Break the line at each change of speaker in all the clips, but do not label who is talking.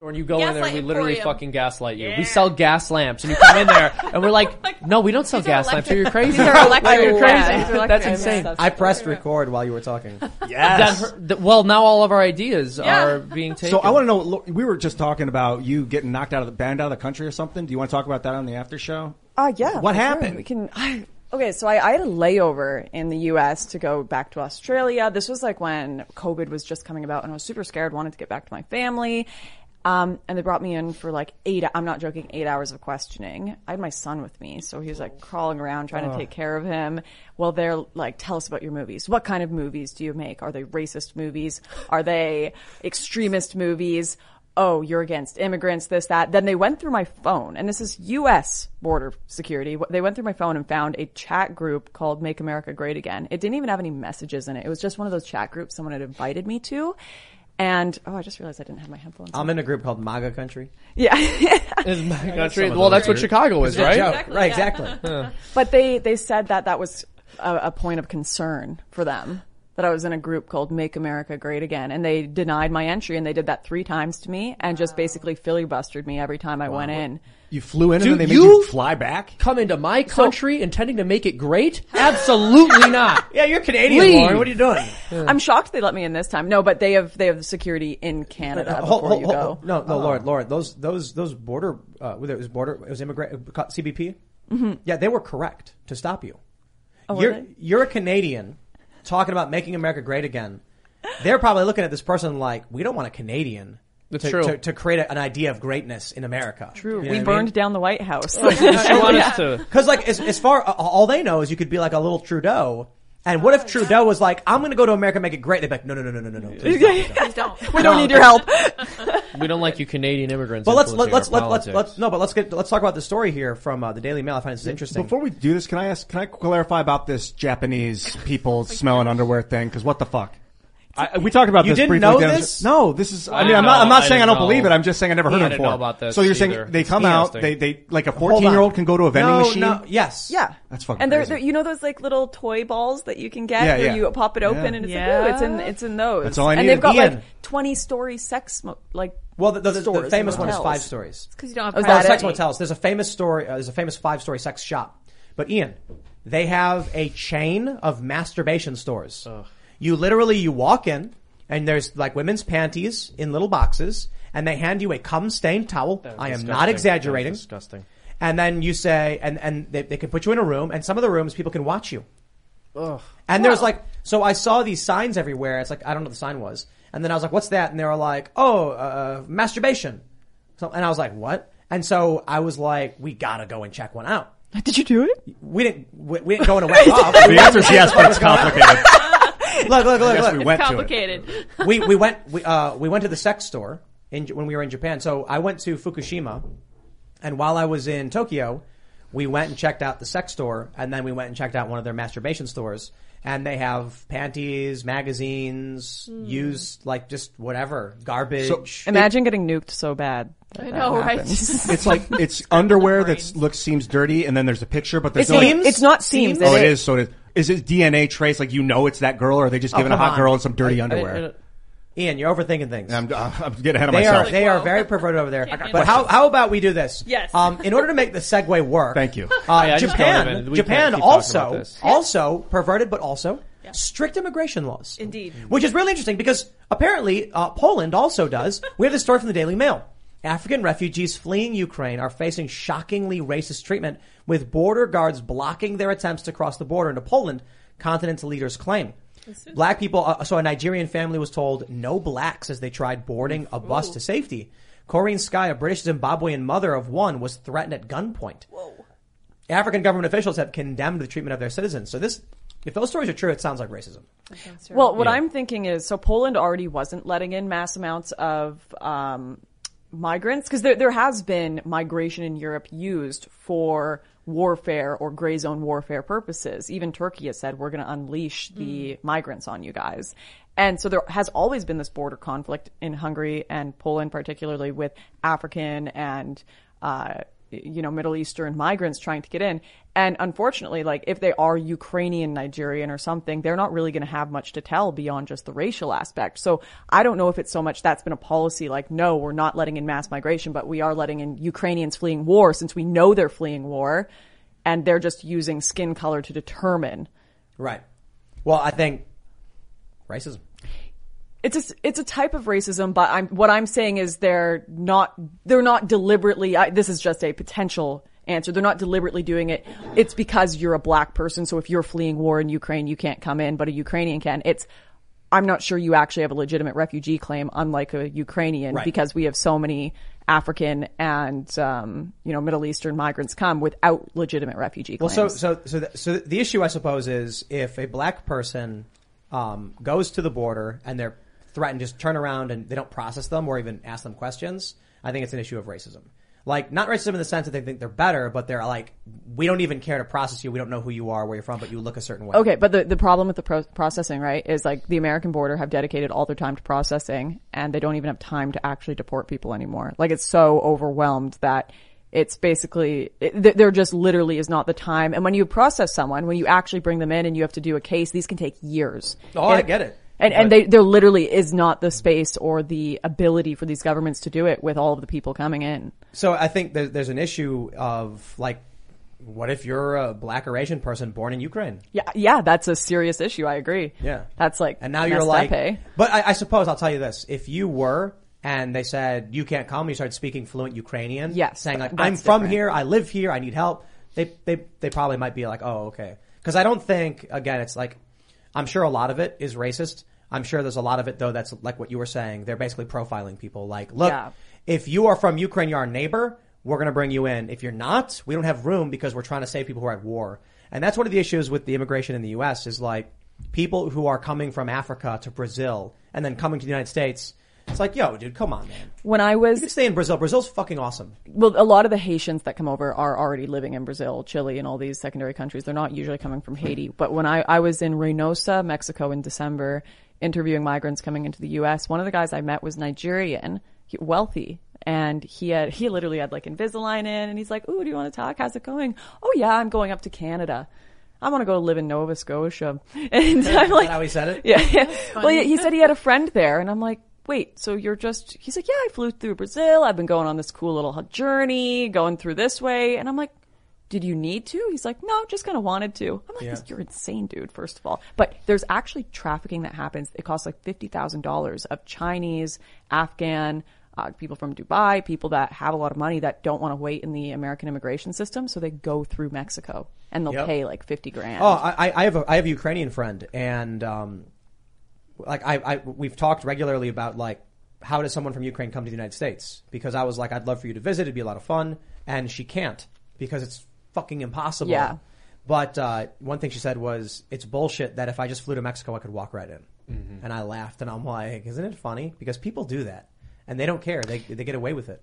When you go in there, we
Gaslight
literally
Emporium.
fucking gaslight you.
Yeah.
We sell gas lamps, and you come in there, and we're like, "No, we don't sell gas lamps. Are you crazy?
These are electric.
Like, you're
Yeah,
crazy.
these are
That's
electric.
insane."
Yeah.
I pressed record while you were talking.
That
Yes.
hurt- that- well, now all of our ideas are being taken.
So I want to know. lo- We were just talking about you getting knocked out of the banned out of the country or something. Do you want to talk about that on the after show?
Uh, yeah.
What
for sure.
happened?
We can. okay, so I, I had a layover in the U.S. to go back to Australia. This was like when COVID was just coming about, and I was super scared, wanted to get back to my family. Um, and they brought me in for like eight. I'm not joking. Eight hours of questioning. I had my son with me, so he was like crawling around trying to take care of him. Well, they're like, "Tell us about your movies. What kind of movies do you make? Are they racist movies? Are they extremist movies? oh, you're against immigrants, this, that. Then they went through my phone, and this is U.S. border security. Wh- They went through my phone and found a chat group called Make America Great Again. It didn't even have any messages in it. It was just one of those chat groups someone had invited me to. And, oh, I just realized I didn't have my headphones. on.
I'm in a group called MAGA Country.
yeah.
Is my
some
country-
of
well,
those
that's what
are-
Chicago is,
Right?
right?
right, exactly.
but they, they said that that was a, a point of concern for them. That I was in a group called Make America Great Again, and they denied my entry, and they did that three times to me, and just basically filibustered me every time I went in.
You flew in
Do
and then they
you-
made you fly back.
Come into my country intending to make it great? Absolutely not.
yeah, you're Canadian,
Leave.
Lauren. What are you doing?
I'm shocked they let me in this time. No, but they have they have security in Canada before
Uh, Hold- hold-
you
hold-
go. Uh-huh.
No, no, Lord, Lord, those those those border uh, whether it was border it was immigrant uh, CBP. Yeah, they were correct to stop you.
Mm-hmm. Oh, were
you're
they?
you're a Canadian talking about making America great again. They're probably looking at this person like we don't want a Canadian.
That's
to,
true.
To, to create a, an idea of greatness in America. True.
we burned down the White House.
She want us to.
Because like as, as far a- all they know is you could be like a little Trudeau. And
Oh,
what if Trudeau was like, "I'm going to go to America, and make it great"? They'd be like, "No, no, no, no, no, no, no." please don't, please don't."
Please don't.
we don't need your help.
We don't like you Canadian immigrants.
But let's let,
influencing
let's let,
our
let's
politics.
let's no, but let's get let's talk about the story here from uh, the Daily Mail. I find this is interesting.
Before we do this, can I ask? Can I clarify about this Japanese people smelling underwear thing? Because what the fuck? I, we talked about
You
this
didn't
briefly.
know
down-
this?
No, this is. I
Wow.
mean, I'm not. I'm not
I
saying
didn't
I don't
know.
believe it. I'm just saying I never
He
heard it
didn't
before.
know about this
so you're
either.
saying they come
It's
out, they
interesting.
they like a
Hold on.
14 year old can go to a vending
No,
machine.
no, yes.
yeah,
That's fucking
And they're,
crazy.
they're you know those like little toy balls that you can get
Yeah,
where
yeah.
you pop it open
Yeah.
and it's
Yeah.
like oh, it's in it's in those.
That's all I
and
needed.
they've got
Be in.
like 20 story sex mo- like
Well, the, the, the- the
stores and
famous one is
hotels. Oh,
five stories.
Because you don't have
Is
Uh,
that
privacy.
it?
sex motels. There's a famous story. Uh, there's a famous five story sex shop. But Ian, they have a chain of masturbation stores. You literally you walk in and there's like women's panties in little boxes, and they hand you a cum stained towel. I am
disgusting.
not exaggerating.
That is disgusting.
And then you say, and and they, they can put you in a room, and some of the rooms people can watch you. And there's like, so I saw these signs everywhere. It's like, I don't know what the sign was. And then I was like, what's that? And they were like, oh, uh, masturbation. So, and I was like, what? And so I was like, we gotta go and check one out.
Did you do it?
We didn't, we, we didn't go in a whack off. We-
The answer is yes, but it's complicated.
look, look, look,
yes,
look.
we went to it.
Complicated.
we we went we uh we went to the sex store in when we were in Japan. So I went to Fukushima, and while I was in Tokyo, we went and checked out the sex store, and then we went and checked out one of their masturbation stores, and they have panties, magazines, used like just whatever garbage.
Imagine getting nuked so bad. that
I
that
know, right?
happens.
It's like it's underwear that looks seems dirty, and then there's a picture, but there's
It's,
no
not-
like,
Seems?
it's not seams.
Seams?
Oh, it is. So it is. Is it DNA trace? Like you know, it's that girl, or are they just giving a
come
hot
on.
girl some dirty underwear?
Ian, you're overthinking things.
I'm, I'm getting ahead of
they
myself.
are they are
Whoa.
very perverted over there.
handle
But how how about we do this?
Yes.
Um, in order to make the segue work,
Thank you.
Uh,
Oh, yeah, I just thought of
Japan
it. We
Japan
can't keep talking about
also
this.
also perverted, but also strict immigration laws.
Indeed.
which is really interesting because apparently uh, Poland also does. we have this story from the Daily Mail. African refugees fleeing Ukraine are facing shockingly racist treatment with border guards blocking their attempts to cross the border into Poland, continent's leaders claim. Black people, uh, so a Nigerian family was told no blacks as they tried boarding a bus to safety. Corinne Sky, a British Zimbabwean mother of one, was threatened at gunpoint. African government officials have condemned the treatment of their citizens. So this, if those stories are true, it sounds like racism.
Well, what I'm thinking is, so Poland already wasn't letting in mass amounts of um, migrants because there there has been migration in Europe used for warfare or gray zone warfare purposes. Even Turkey has said we're going to unleash the migrants on you guys. And so there has always been this border conflict in Hungary and Poland, particularly with African and uh, you know Middle Eastern migrants trying to get in. And unfortunately, like if they are Ukrainian, Nigerian, or something, they're not really going to have much to tell beyond just the racial aspect. So I don't know if it's so much that's been a policy like, no, we're not letting in mass migration, but we are letting in Ukrainians fleeing war since we know they're fleeing war, and they're just using skin color to determine.
Right. Well, I think racism.
It's a, it's a type of racism, but I'm, what I'm saying is they're not, they're not deliberately, I, this is just a potential answer. They're not deliberately doing it. It's because you're a black person. So if you're fleeing war in Ukraine, you can't come in, but a Ukrainian can. It's, I'm not sure you actually have a legitimate refugee claim, unlike a Ukrainian,
Right.
because we have so many African and, um, you know, Middle Eastern migrants come without legitimate refugee claims.
Well, so so so the, so the issue, I suppose, is if a black person um, goes to the border and they're threatened, just turn around and they don't process them or even ask them questions. I think it's an issue of racism. Like not racism in the sense that they think they're better, but they're like, we don't even care to process you. We don't know who you are, where you're from, but you look a certain way.
Okay, but the, the problem with the pro- processing, right, is like the American border have dedicated all their time to processing and they don't even have time to actually deport people anymore. Like it's so overwhelmed that it's basically, it, th- there just literally is not the time. And when you process someone, when you actually bring them in and you have to do a case, these can take years.
Oh, I
And-
get it.
And, and they, there literally is not the space or the ability for these governments to do it with all of the people coming in.
So I think there, there's an issue of like, what if you're a black or Asian person born in Ukraine?
Yeah, yeah, that's a serious issue. I agree.
Yeah.
That's like,
And now you're
messed
like,
up, eh?
but I, I suppose I'll tell you this: if you were, and they said you can't come, you started speaking fluent Ukrainian,
Yes,
saying like,
that's
"I'm from
different.
here, I live here, I need help," they they they probably might be like, "Oh, okay," because I don't think again, it's like, I'm sure a lot of it is racist. I'm sure there's a lot of it though that's like what you were saying. They're basically profiling people. Like, look,
Yeah.
if you are from Ukraine, you're our neighbor. We're going to bring you in. If you're not, we don't have room because we're trying to save people who are at war. And that's one of the issues with the immigration in the U.S. is like people who are coming from Africa to Brazil and then coming to the United States. It's like, yo, dude, come on, man.
When I was
You can stay in Brazil. Brazil's fucking awesome.
well, a lot of the Haitians that come over are already living in Brazil, Chile, and all these secondary countries. They're not usually coming from Haiti. But when I, I was in Reynosa, Mexico in December, interviewing migrants coming into the U.S., one of the guys I met was Nigerian, he, wealthy. And he had, he literally had like Invisalign in and he's like, Ooh, do you want to talk? How's it going? Oh yeah, I'm going up to Canada. I want to go live in Nova Scotia. And I'm like,
that how he said it?
yeah. Well, yeah, he said he had a friend there, and I'm like, wait, so you're just? He's like, yeah, I flew through Brazil. I've been going on this cool little journey, going through this way, and I'm like, did you need to? He's like, no, just kind of wanted to. I'm like,
Yeah.
you're insane, dude. First of all, but there's actually trafficking that happens. It costs like fifty thousand dollars of Chinese, Afghan. Uh, people from Dubai, people that have a lot of money that don't want to wait in the American immigration system, so they go through Mexico and they'll
Yep.
pay like fifty grand.
Oh, I, I- I have a, I have a Ukrainian friend, and um, like I, I we've talked regularly about like how does someone from Ukraine come to the United States? Because I was like, I'd love for you to visit; it'd be a lot of fun, and she can't because it's fucking impossible.
Yeah.
But uh, one thing she said was, "It's bullshit that if I just flew to Mexico, I could walk right in." And I laughed, and I'm like, "Isn't it funny?" Because people do that, and they don't care; they they get away with it.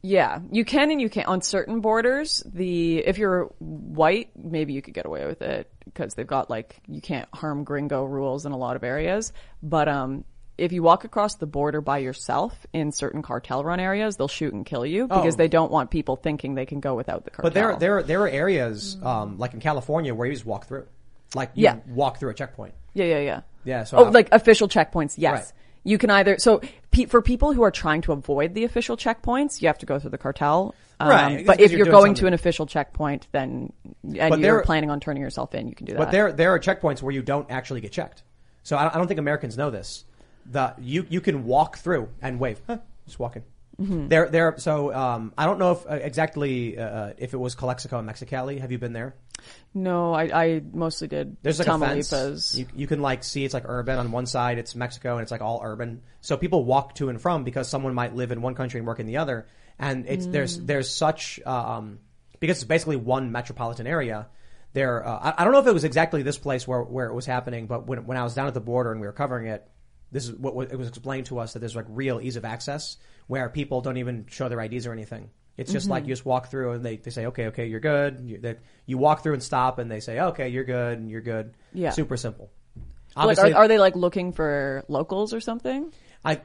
Yeah, you can and you can't on certain borders. The if you're white, maybe you could get away with it because they've got like you can't harm gringo rules in a lot of areas. But um, if you walk across the border by yourself in certain cartel run areas, they'll shoot and kill you because
Oh.
they don't want people thinking they can go without the cartel.
But there are- there are- there are areas um, like in California where you just walk through, like you
Mm. Yeah.
walk through a checkpoint.
Yeah, yeah, yeah.
Yeah, so
oh,
I'll-
like official checkpoints. Yes,
Right.
you can either. So pe- for people who are trying to avoid the official checkpoints, you have to go through the cartel. Um,
Right, it's
But
because
if
you're
you're
doing
going
something.
to an official checkpoint, then and
But
you're
there-
planning on turning yourself in, you can do that.
But there, there are checkpoints where you don't actually get checked. So I, I don't think Americans know this. The you you can walk through and wave, huh, just walking.
Mm-hmm.
There, there. So um, I don't know if uh, exactly uh, if it was Calexico and Mexicali. Have you been there?
no, I, I mostly did.
There's like a fence.
Tamaulipas.
You, you can like see it's like urban on one side, it's Mexico, and it's like all urban. So people walk to and from because someone might live in one country and work in the other, and it's there's there's such um, because it's basically one metropolitan area. There, uh, I, I don't know if it was exactly this place where where it was happening, but when when I was down at the border and we were covering it, this is what, what it was explained to us that there's like real ease of access where people don't even show their IDs or anything. It's just like you just walk through and they, they say, okay, okay, you're good. You, that you walk through and stop and they say, okay, you're good and you're good.
Yeah.
Super simple.
Like,
Obviously,
are, are they like looking for locals or something?
I,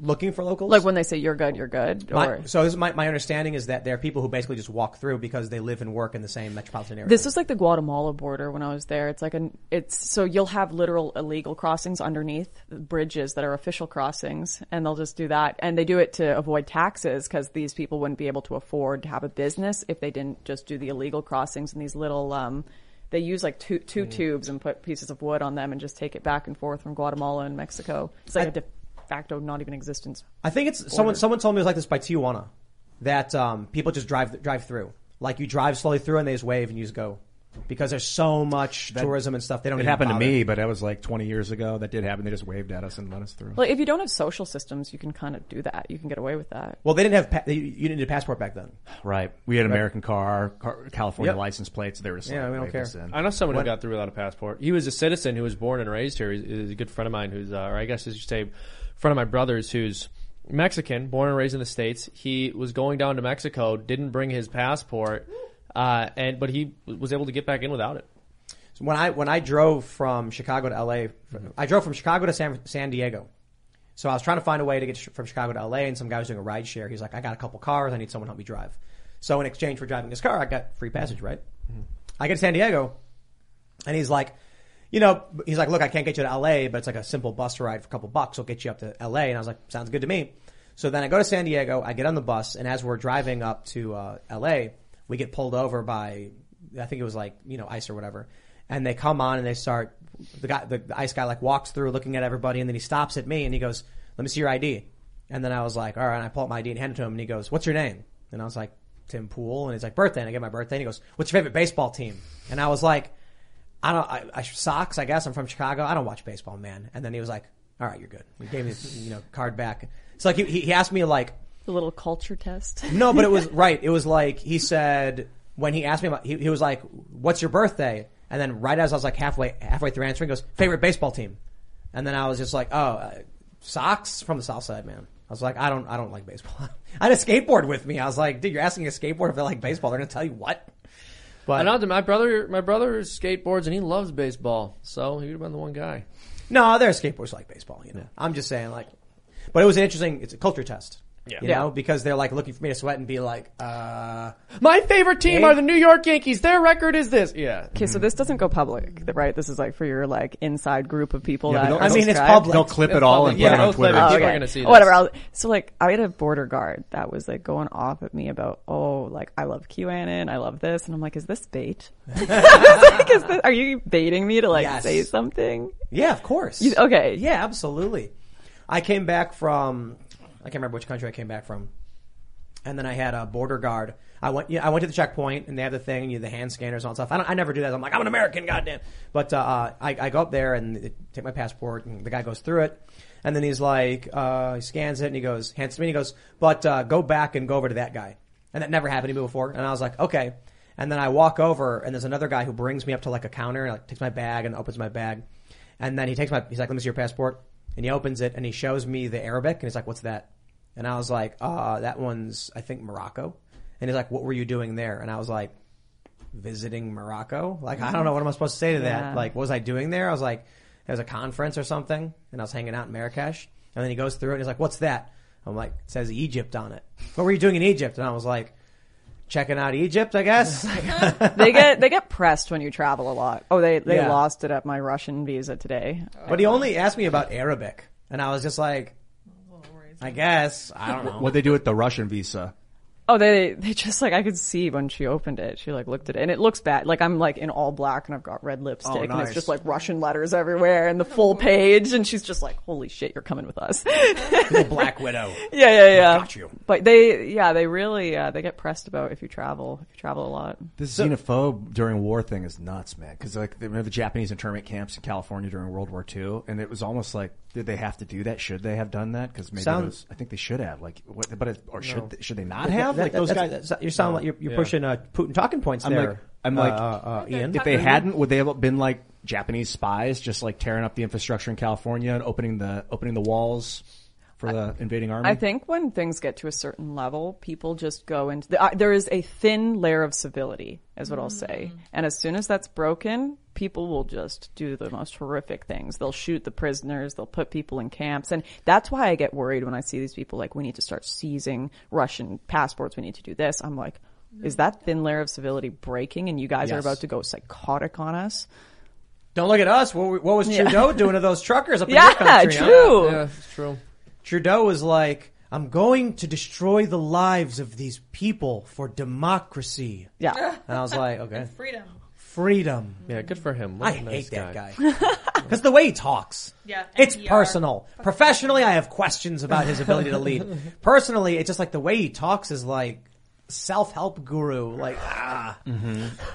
looking for locals?
Like when they say you're good, you're good,
My-
or
so this is my, my understanding is that there are people who basically just walk through because they live and work in the same metropolitan area.
This was like the Guatemala border when I was there. It's like an it's so you'll have literal illegal crossings underneath bridges that are official crossings, and they'll just do that, and they do it to avoid taxes because these people wouldn't be able to afford to have a business if they didn't just do the illegal crossings and these little. um they use like two, two tubes and put pieces of wood on them and just take it back and forth from Guatemala and Mexico. It's like a de facto not even existence.
I think it's someone. Someone told me it was like this by Tijuana, that um, people just drive drive through. Like you drive slowly through and they just wave and you just go, because there's so much tourism and stuff. They don't.
It
even
happened to
bother.
me, but that was like 20 years ago. That did happen. They just waved at us and let us through.
Like if you don't have social systems, you can kind of do that. You can get away with that.
Well, they didn't have. Pa- they, you didn't need a passport back then.
Right. We had an American car, car California
Yep.
license plates. They were just
Yeah,
like,
we don't
waved
care.
us in.
I know someone who got through without a passport. He was a citizen who was born and raised here. He's, he's a good friend of mine who's, uh, or I guess as you say, friend of my brother's who's Mexican, born and raised in the States. He was going down to Mexico, didn't bring his passport, uh, and but he was able to get back in without it.
So when I when I drove from Chicago to L.A., I drove from Chicago to San, San Diego. So I was trying to find a way to get sh- from Chicago to L.A. and some guy was doing a ride share. He's like, I got a couple cars. I need someone to help me drive. So in exchange for driving his car, I got free passage. Right. I get to San Diego. And he's like, you know, he's like, look, I can't get you to LA, but it's like a simple bus ride for a couple bucks. I'll get you up to LA. And I was like, sounds good to me. So then I go to San Diego. I get on the bus, and as we're driving up to uh, LA, we get pulled over by, I think it was like you know ICE or whatever. And they come on and they start. The guy, the, the ICE guy, like walks through, looking at everybody, and then he stops at me and he goes, "Let me see your ID." And then I was like, "All right." And I pull out my ID and hand it to him, and he goes, "What's your name?" And I was like, "Tim Pool." And he's like, "Birthday." And I get my birthday, and he goes, "What's your favorite baseball team?" And I was like. I don't, I, I, socks, I guess. I'm from Chicago. I don't watch baseball, man. And then he was like, all right, you're good. He gave me his, you know, card back. It's like, he, he he asked me like,
The little culture test.
no, but it was right. It was like, he said, when he asked me about, he, he was like, what's your birthday? And then right as I was like halfway, halfway through answering, he goes, favorite baseball team. And then I was just like, oh, uh, socks from the South Side, man. I was like, I don't, I don't like baseball. I had a skateboard with me. I was like, dude, you're asking a skateboard if they like baseball. They're going to tell you what?
I know that my brother, my brother skateboards and he loves baseball, so he would have been the one guy.
No, there are skateboards like baseball. You know, I'm just saying like, but it was an interesting. It's a culture test. Yeah. You know, because they're like looking for me to sweat and be like, uh,
My favorite team
are
are
the
the New York Yankees. Their record is this. Yeah.
Okay, so this doesn't go public, right? This is like for your like inside group of people
Yeah, but
that
don't-
are
I mean, it's
subscribed.
public.
They'll clip it all and
Yeah,
put it on
I'll clip it.
Twitter.
Oh,
People are
okay.
gonna see
Whatever.
this.
I'll, so like, I had a border guard that was like going off at me about, oh, like I love QAnon, I love this, and I'm like, is this bait? I was like, is this, are you baiting me to like
Yes.
say something?
yeah, of course.
okay.
Yeah, absolutely. I came back from, I can't remember which country I came back from. And then I had a border guard. I went, yeah, I went to the checkpoint and they have the thing, you know, the hand scanners and all that stuff. I, don't, I never do that. I'm like, I'm an American, goddamn. But uh, uh, I, I go up there and they take my passport and the guy goes through it. And then he's like, uh, he scans it and he goes, hands it to me and he goes, but uh, go back and go over to that guy. And that never happened to me before. And I was like, okay. And then I walk over and there's another guy who brings me up to like a counter and like, takes my bag and opens my bag. And then he takes my, he's like, let me see your passport. And he opens it and he shows me the Arabic and he's like, what's that? And I was like, uh, that one's, I think, Morocco. And he's like, what were you doing there? And I was like, visiting Morocco? Like, I don't know what am I supposed to say to
Yeah.
that? Like, what was I doing there? I was like, there was a conference or something and I was hanging out in Marrakesh. And then he goes through it and he's like, what's that? I'm like, it says Egypt on it. What were you doing in Egypt? And I was like, checking out Egypt, I guess.
They get they get pressed when you travel a lot. Oh, they they
Yeah.
lost it at my Russian visa today.
but he only asked me about Arabic. And I was just like, I guess, I don't know.
What they do with the Russian visa?
Oh, they they just like I could see when she opened it. She like looked at it, and it looks bad. Like I'm like in all black, and I've got red lipstick,
Oh,
and
nice.
it's just like Russian letters everywhere, and the full page. And she's just like, "Holy shit, you're coming with us!" yeah,
The Black Widow.
yeah, yeah.
Got you.
But they, yeah, they really uh, they get pressed about if you travel, if you travel a lot.
This xenophobe during war thing is nuts, man. Because like they remember the Japanese internment camps in California during World War II, and it was almost like, did they have to do that? Should they have done that? Because maybe
Sound-
those, I think they should have. Like, what, but it, or should they, should they not
That-
have? like
that-
those
that's-
guys.
that's- you sound like you're, you're pushing uh, Putin talking points
I'm
there.
like, I'm like,
uh, uh, uh, Ian.
if they hadn't, would they have been like Japanese spies, just like tearing up the infrastructure in California and opening the opening the walls? for the invading army?
I
Mm.
think when things get to a certain level, people just go into the, uh, there is a thin layer of civility, is what I'll say.
Mm.
And as soon as that's broken, people will just do the most horrific things. They'll shoot the prisoners. They'll put people in camps. And that's why I get worried when I see these people like, we need to start seizing Russian passports. We need to do this. I'm like, is that thin layer of civility breaking and you guys are
Yes.
about to go psychotic on us?
Don't look at us. What, what was Trudeau doing to those truckers up in your
Yeah,
country? huh?
true.
uh,
Yeah, it's true.
Trudeau was like, I'm going to destroy the lives of these people for democracy.
yeah.
And I was like, okay,
Freedom.
freedom.
Yeah, good for him. What
I
a nice
hate that guy. Because the way he talks,
Yeah,
it's
NPR.
personal. Professionally, I have questions about his ability to lead. Personally, it's just like the way he talks is like self-help guru. Like, ah,
I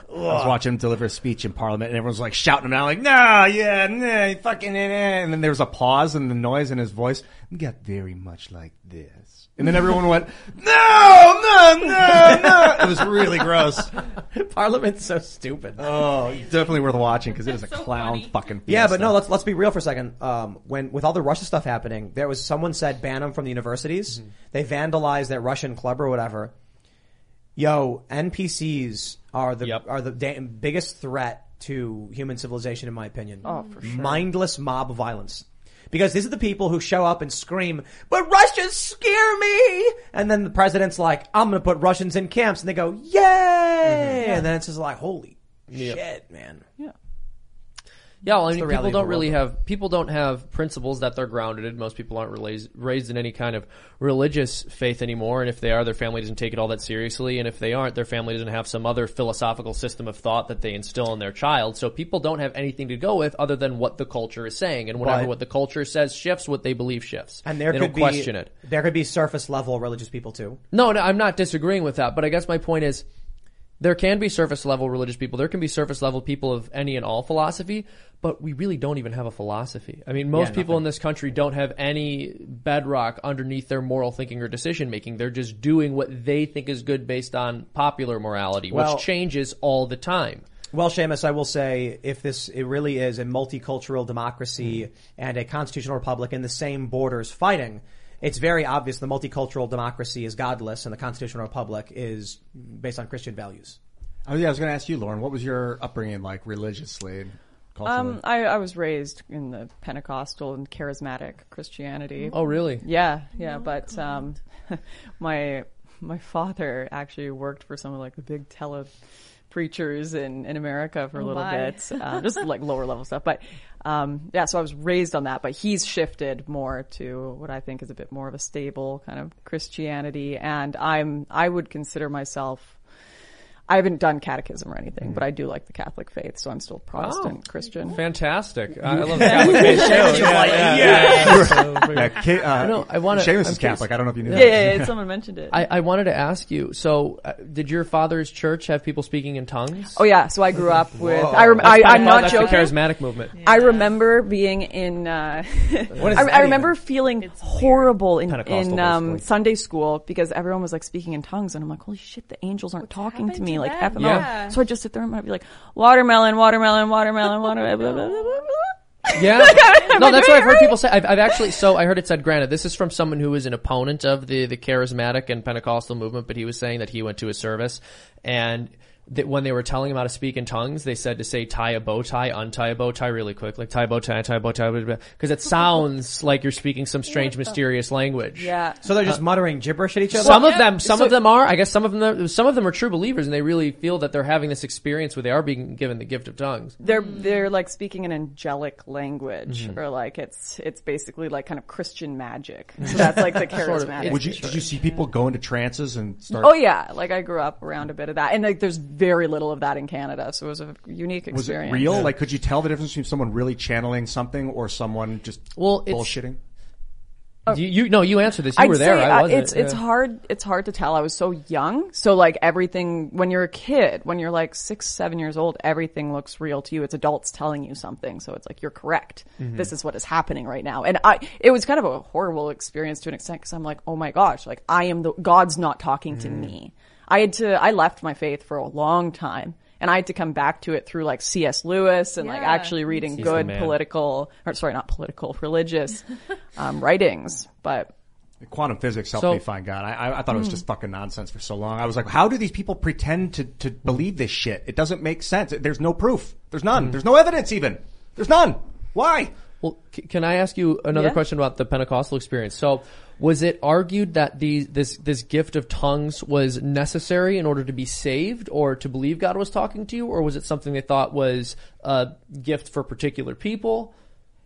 was watching him deliver a speech in Parliament, and everyone's like shouting him out, like "No, yeah, nah, you fucking," nah, nah." and then there was a pause and the noise in his voice got very much like this, and then everyone went, "No, no, no, no!" It was really gross.
Parliament's so stupid.
Oh, definitely worth watching because it is a
That's so
clown
funny.
fucking.
Yeah, but
fiesta.
no, let's let's be real for a second. Um, when with all the Russia stuff happening, there was someone said ban them from the universities. They vandalized that Russian club or whatever. Yo, NPCs are the
Yep.
are the da- biggest threat to human civilization, in my opinion. Oh, for sure. Mindless mob violence. Because these are the people who show up and scream, but Russians scare me! And then the president's like, I'm gonna put Russians in camps. And they go, yay! And then it's just like, holy shit, man.
Yeah, well, I mean,
the reality
people
of the
don't really
world,
have people don't have principles that they're grounded in. Most people aren't raised raised in any kind of religious faith anymore, and if they are, their family doesn't take it all that seriously, and if they aren't, their family doesn't have some other philosophical system of thought that they instill in their child. So people don't have anything to go with other than what the culture is saying, and whatever
But-
what the culture says shifts, what they believe shifts,
And there
they
could
don't
be
question it.
There could be surface level religious people too.
No, no, I'm not disagreeing with that, but I guess my point is there can be surface level religious people. There can be surface level people of any and all philosophy, but we really don't even have a philosophy. I mean, most people in this country don't have any bedrock underneath their moral thinking or decision making. They're just doing what they think is good based on popular morality,
Well-
which changes all the time.
Well, Seamus, I will say if this it really is a multicultural democracy
Hmm.
and a constitutional republic in the same borders fighting, it's very obvious the multicultural democracy is godless and the constitutional republic is based on Christian values.
Oh yeah, I was going to ask you, Lauren, what was your upbringing like religiously and culturally?
Um, I, I was raised in the Pentecostal and charismatic Christianity.
Oh, really?
Yeah, yeah, but um, my my father actually worked for some of like the big tele preachers in in America for a little
my.
bit, uh, just like lower level stuff. But um, yeah, so I was raised on that, but he's shifted more to what I think is a bit more of a stable kind of Christianity, and I'm I would consider myself. I haven't done catechism or anything, but I do like the Catholic faith, so I'm still Protestant Christian.
Fantastic. I I love that.
yeah, Ki- uh,
know, I wanna-
Seamus
I'm
is Catholic. I don't know if you knew.
Yeah,
that.
yeah, yeah, someone mentioned it.
I, I wanted to ask you, so uh, did your father's church have people speaking in tongues?
Oh yeah, so I grew up with. I rem- I,
That's
I'm not
the
joking.
charismatic movement.
I remember being in. Uh,
What is
I,
that
I remember
even?
feeling horrible in,
Pentecostal,
in um,
basically.
Sunday school because everyone was like speaking in tongues, and I'm like, holy shit, the angels aren't talking to
happened
me.
to
like
them?
FML.
Yeah.
So I just sit there and I'd be like, watermelon, watermelon, watermelon, watermelon. blah, blah, blah, blah, blah.
Yeah.
am
no, that's
I doing
what I've
it
heard
right?
people say. I've, I've actually, so I heard it said, granted, this is from someone who is an opponent of the, the charismatic and Pentecostal movement, but he was saying that he went to a service and that when they were telling him how to speak in tongues, they said to say tie a bow tie, untie a bow tie really quick, like tie a bow tie, tie a bow tie, because it sounds like you're speaking some strange, mysterious language.
Yeah.
So they're just muttering gibberish at each other.
Uh, Some of
yeah,
them, some
so-
of them are. I guess some of them, some of them are true believers, and they really feel that they're having this experience where they are being given the gift of tongues.
They're they're like speaking an angelic language, or like it's it's basically like kind of Christian magic. So that's like the charismatic.
Sort of.
Would you, did you see people go into trances and start?
Oh yeah, like I grew up around a bit of that, and like there's very little of that in Canada, so it was a unique
Was it
experience.
real? Like, could you tell the difference between someone really channeling something or someone just
Well, it's-
bullshitting?
You, you no, you answered this. You were there.
Oh. Say,
I
uh,
wasn't.
It's it's
Yeah.
hard it's hard to tell. I was so young, so like everything when you're a kid, when you're like six seven years old, everything looks real to you. It's adults telling you something, so it's like you're correct.
Mm-hmm.
This is what is happening right now, and I it was kind of a horrible experience to an extent because I'm like, oh my gosh, like
Mm-hmm.
I am the God's not talking to me. I had to I left my faith for a long time. and I had to come back to it through like C.S. Lewis and like
Yeah.
actually reading
He's the
good
man.
political, or sorry, not political, religious um, writings. But
Quantum physics helped
So- Hmm.
me find God. I, I, I thought it was just fucking nonsense for so long. I was like, how do these people pretend to, to believe this shit? It doesn't make sense. There's no proof. There's none.
Hmm.
There's no evidence even. There's none. Why?
Well, c- can I ask you another
Yeah.
question about the Pentecostal experience? So, was it argued that these this this gift of tongues was necessary in order to be saved or to believe God was talking to you, or was it something they thought was a gift for particular people?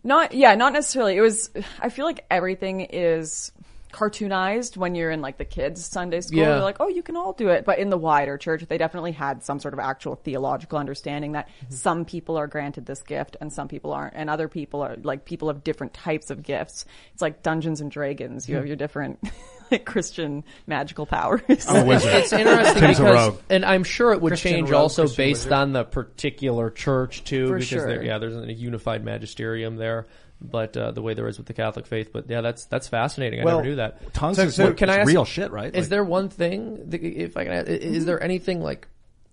Not yeah, not necessarily. It was I feel like everything is cartoonized when you're in like the kids Sunday school.
Yeah.
They're like, "Oh, you can all do it." But in the wider church, they definitely had some sort of actual theological understanding that some people are granted this gift and some people aren't and other people are like people of different types of gifts. It's like Dungeons and Dragons. You have your different like Christian magical powers.
It's interesting
Tim's
because,
a rogue.
and I'm sure it would
Christian
change
rogue,
also
Christian
based
wizard.
on the particular church too,
For
because
sure.
there, yeah, there's a unified magisterium there, but uh, the way there is with the Catholic faith. But yeah, that's that's fascinating. I
Well,
never knew that.
tongues is what- it's real shit, right?
Is
Like-
there one thing? that- If I can, ask, is
Mm-hmm.
there anything like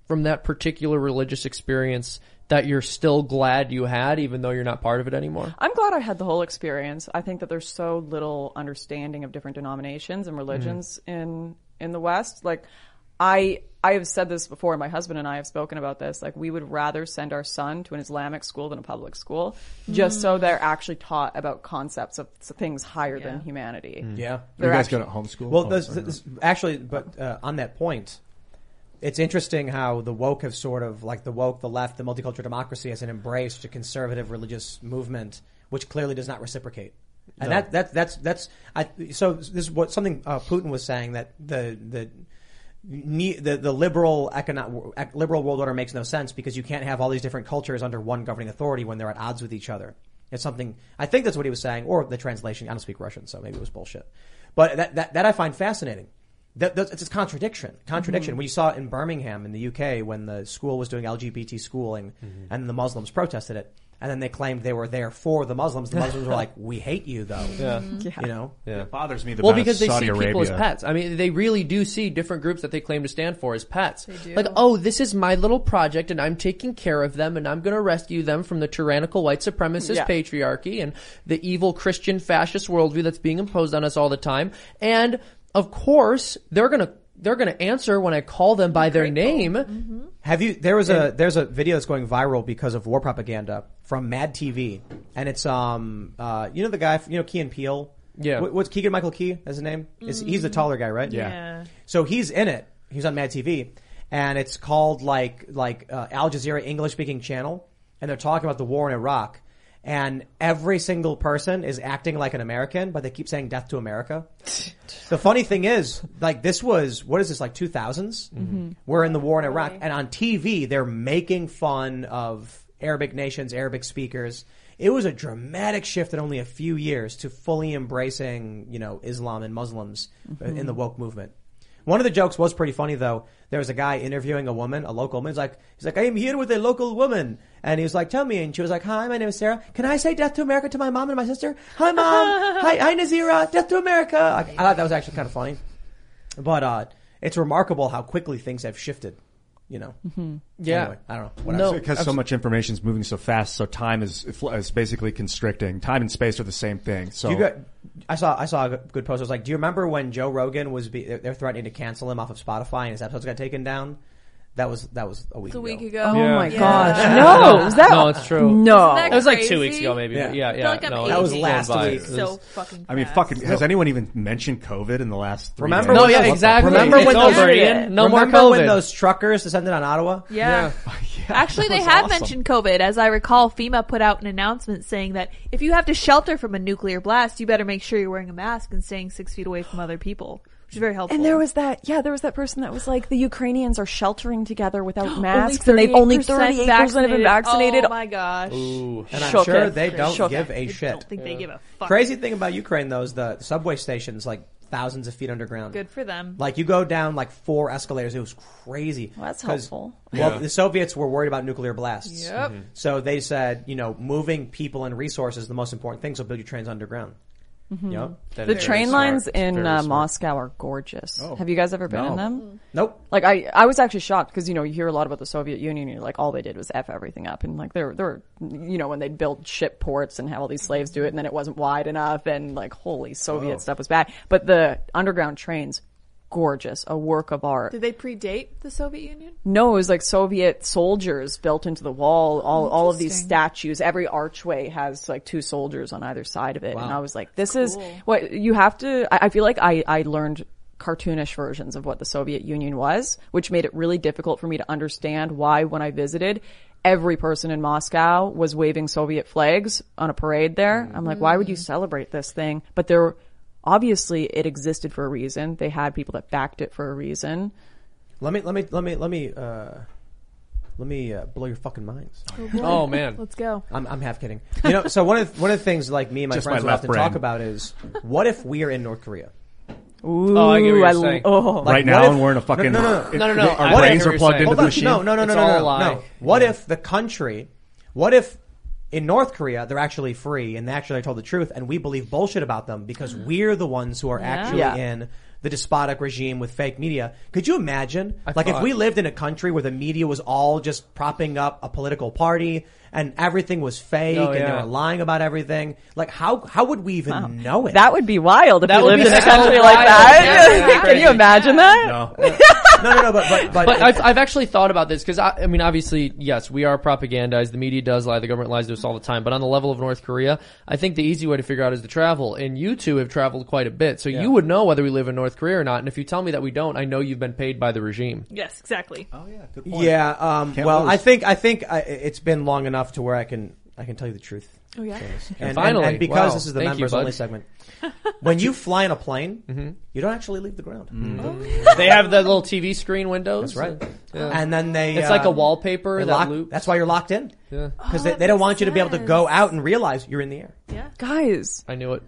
from that particular religious experience? That you're still glad you had, even though you're not part of it anymore.
I'm glad I had the whole experience. I think that there's so little understanding of different denominations and religions
Mm-hmm.
in in the West. Like I I have said this before, my husband and I have spoken about this. Like we would rather send our son to an Islamic school than a public school, just so they're actually taught about concepts of s- things higher
Mm.
than
Yeah. Mm.
humanity.
Yeah.
You guys go to homeschool?
Well,
Oh,
this,
sorry.
this- actually, but uh, on that point, it's interesting how the woke have sort of like the woke, the left, the multicultural democracy has an embrace to conservative religious movement, which clearly does not reciprocate. And that, that that's that's I, so this is what something uh, Putin was saying that the the ne- the, the liberal econo- ec- liberal world order makes no sense because you can't have all these different cultures under one governing authority when they're at odds with each other. It's something I think that's what he was saying, or the translation. I don't speak Russian, so maybe it was bullshit. But that that, that I find fascinating. That, that's it's a contradiction. Contradiction. We saw it in Birmingham in the UK when the school was doing LGBT schooling, and the Muslims protested it, and then they claimed they were there for the Muslims. The Muslims were like, "We hate you, though." You know.
It bothers me the
Well,
amount of
because they
Saudi
see people as
Arabia.
pets. I mean, they really do see different groups that they claim to stand for as pets. Like, oh, this is my little project, and I'm taking care of them, and I'm going to rescue them from the tyrannical white supremacist
Yeah.
patriarchy and the evil Christian fascist worldview that's being imposed on us all the time. And of course, they're going to they're going to answer when I call them by their name.
Have you? There was a there's a video that's going viral because of war propaganda from Mad TV, and it's um uh you know the guy you know Key and Peele
Yeah.
What- what's Keegan Michael Key as his name is he's the taller guy right
Yeah.
so he's in it he's on Mad TV and it's called like like uh, Al Jazeera English speaking channel and they're talking about the war in Iraq and every single person is acting like an American but they keep saying death to America. The funny thing is, like this was what is this like 2000s? We're in the war in Iraq, and on TV they're making fun of Arabic nations, Arabic speakers. It was a dramatic shift in only a few years to fully embracing, you know, Islam and Muslims uh, in the woke movement. One of the jokes was pretty funny though. There was a guy interviewing a woman, a local woman. He's like, he's like, I am here with a local woman, and he was like, tell me. And she was like, Hi, my name is Sarah. Can I say death to America to my mom and my sister? Hi, mom. hi, hi, Nazira. Death to America. I, I thought that was actually kind of funny, but uh, it's remarkable how quickly things have shifted. You know.
Mm-hmm.
Yeah.
Anyway, I don't know. What
No.
else?
because so much information is moving so fast, so time is is basically constricting. Time and space are the same thing. So
You got, I saw I saw a good post. I was like, "Do you remember when Joe Rogan was be, they're threatening to cancel him off of Spotify and his episodes got taken down?" That was that was a week.
It's a
ago.
week ago.
Oh my
Yeah.
gosh. No, is that
No, it's true.
No.
Isn't
It was like two
Crazy.
weeks ago, maybe.
Yeah.
Yeah, yeah.
I feel like I'm
no,
That
it
was
going
last
by.
week.
It was-
So fucking.
I mean,
fast.
fucking has anyone even mentioned COVID in the last? Three
Remember
days?
no,
when
yeah,
those-
exactly.
Remember
It's
when
over,
those-
Ian. No
Remember
more COVID.
when those truckers descended on Ottawa?
Yeah. Actually, they have mentioned COVID. As I recall, FEMA put out an announcement saying that if you have to shelter from a nuclear blast, you better make sure you're wearing a mask and staying six feet away from other people, which is very helpful.
And there was that, yeah, there was that person that was like, the Ukrainians are sheltering together without masks, and
Only
they've only
38%
38% have been vaccinated.
Oh my gosh.
And I'm
Shook
sure
it.
they don't
Shook
give a
I
shit.
don't think they give a fuck.
Crazy thing about Ukraine though is the subway stations like thousands of feet underground.
Good for them.
Like you go down like four escalators. It was crazy.
Well, that's
'Cause-
helpful.
Well, the Soviets were worried about nuclear blasts.
Yep. Mhm.
So they said, you know, moving people and resources is the most important thing. So build your trains underground.
Mm-hmm.
Yeah.
That
The
is very
train
smart.
lines
It's
in
very
uh,
smart. Oh.
Moscow are gorgeous. Have you guys ever been
No.
in them?
Nope.
Like I, I was actually shocked because you know you hear a lot about the Soviet Union. You're like, all they did was f everything up, and like they're they're you know when they'd build ship ports and have all these slaves do it, and then it wasn't wide enough, and like holy
Oh.
Soviet stuff was bad. But the underground trains, gorgeous, a work of art.
Did they predate the Soviet Union?
No, it was like Soviet soldiers built into the wall. All all of these
Interesting.
statues. Every archway has like two soldiers on either side of it. And I was like, this is
Cool.
what you have to. I, I feel like I I learned cartoonish versions of what the Soviet Union was, which made it really difficult for me to understand why when I visited. Every person in Moscow was waving Soviet flags on a parade there. I'm like, why would
Mm.
you celebrate this thing? But there, obviously, it existed for a reason. They had people that backed it for a reason.
Let me let me let me let me uh, let me uh, blow your fucking minds.
Oh man,
Let's go.
I'm, I'm half kidding. You know, so one of one of the things like me and my
Just
friends
my
will
left
often
brain.
talk about is what if we're in North Korea?
Ooh,
I get what you're saying.
oh.
right
what
now,
if-
and we're in a fucking.
no, no, no.
it-
No, no, no.
Our
I-
brains
I
are
hear what
plugged
you're
into
Hold
the
on.
machine.
No, no, no, no,
It's
no,
all a
no, no.
lie.
no. What if the country? What if in North Korea they're actually free and they actually told the truth, and we believe bullshit about them because we're the ones who are actually
Yeah.
in the despotic regime with fake media? Could you imagine? like if
thought-
we lived in a country where the media was all just propping up a political party and everything was fake
Oh,
and they
yeah.
were lying about everything, like how how would we even know it?
That would be wild if
That
we
would
lived
be
in a
so
country
wild.
like that.
Yeah, that'd be
Can you
crazy.
imagine that?
No.
no, no, no, but but but,
But I've, I've actually thought about this because I, I mean, obviously, yes, we are propagandized. The media does lie. The government lies to us all the time. But on the level of North Korea, I think the easy way to figure out is to travel. And you two have traveled quite a bit, so you would know whether we live in North Korea or not. And if you tell me that we don't, I know you've been paid by the regime.
Yes, exactly.
Oh yeah. Good
yeah. Um,
Can't
well,
lose.
I think I think I, it's been long enough to where I can I can tell you the truth.
Oh yeah.
And, and-
finally.
and, because
Wow.
this is the
Thank you,
members
bud.
only segment, when you fly in a plane,
Mm-hmm.
you don't actually leave the ground,
they have the little TV screen windows.
right?
Yeah.
And then they
It's
uh,
like a
they
wallpaper that
lock-
loops. Oh,
That's why you're locked in
Yeah.
because they,
that
they don't
makes
want you to be able to
sense.
go out and realize you're in the air.
Guys,
I knew it.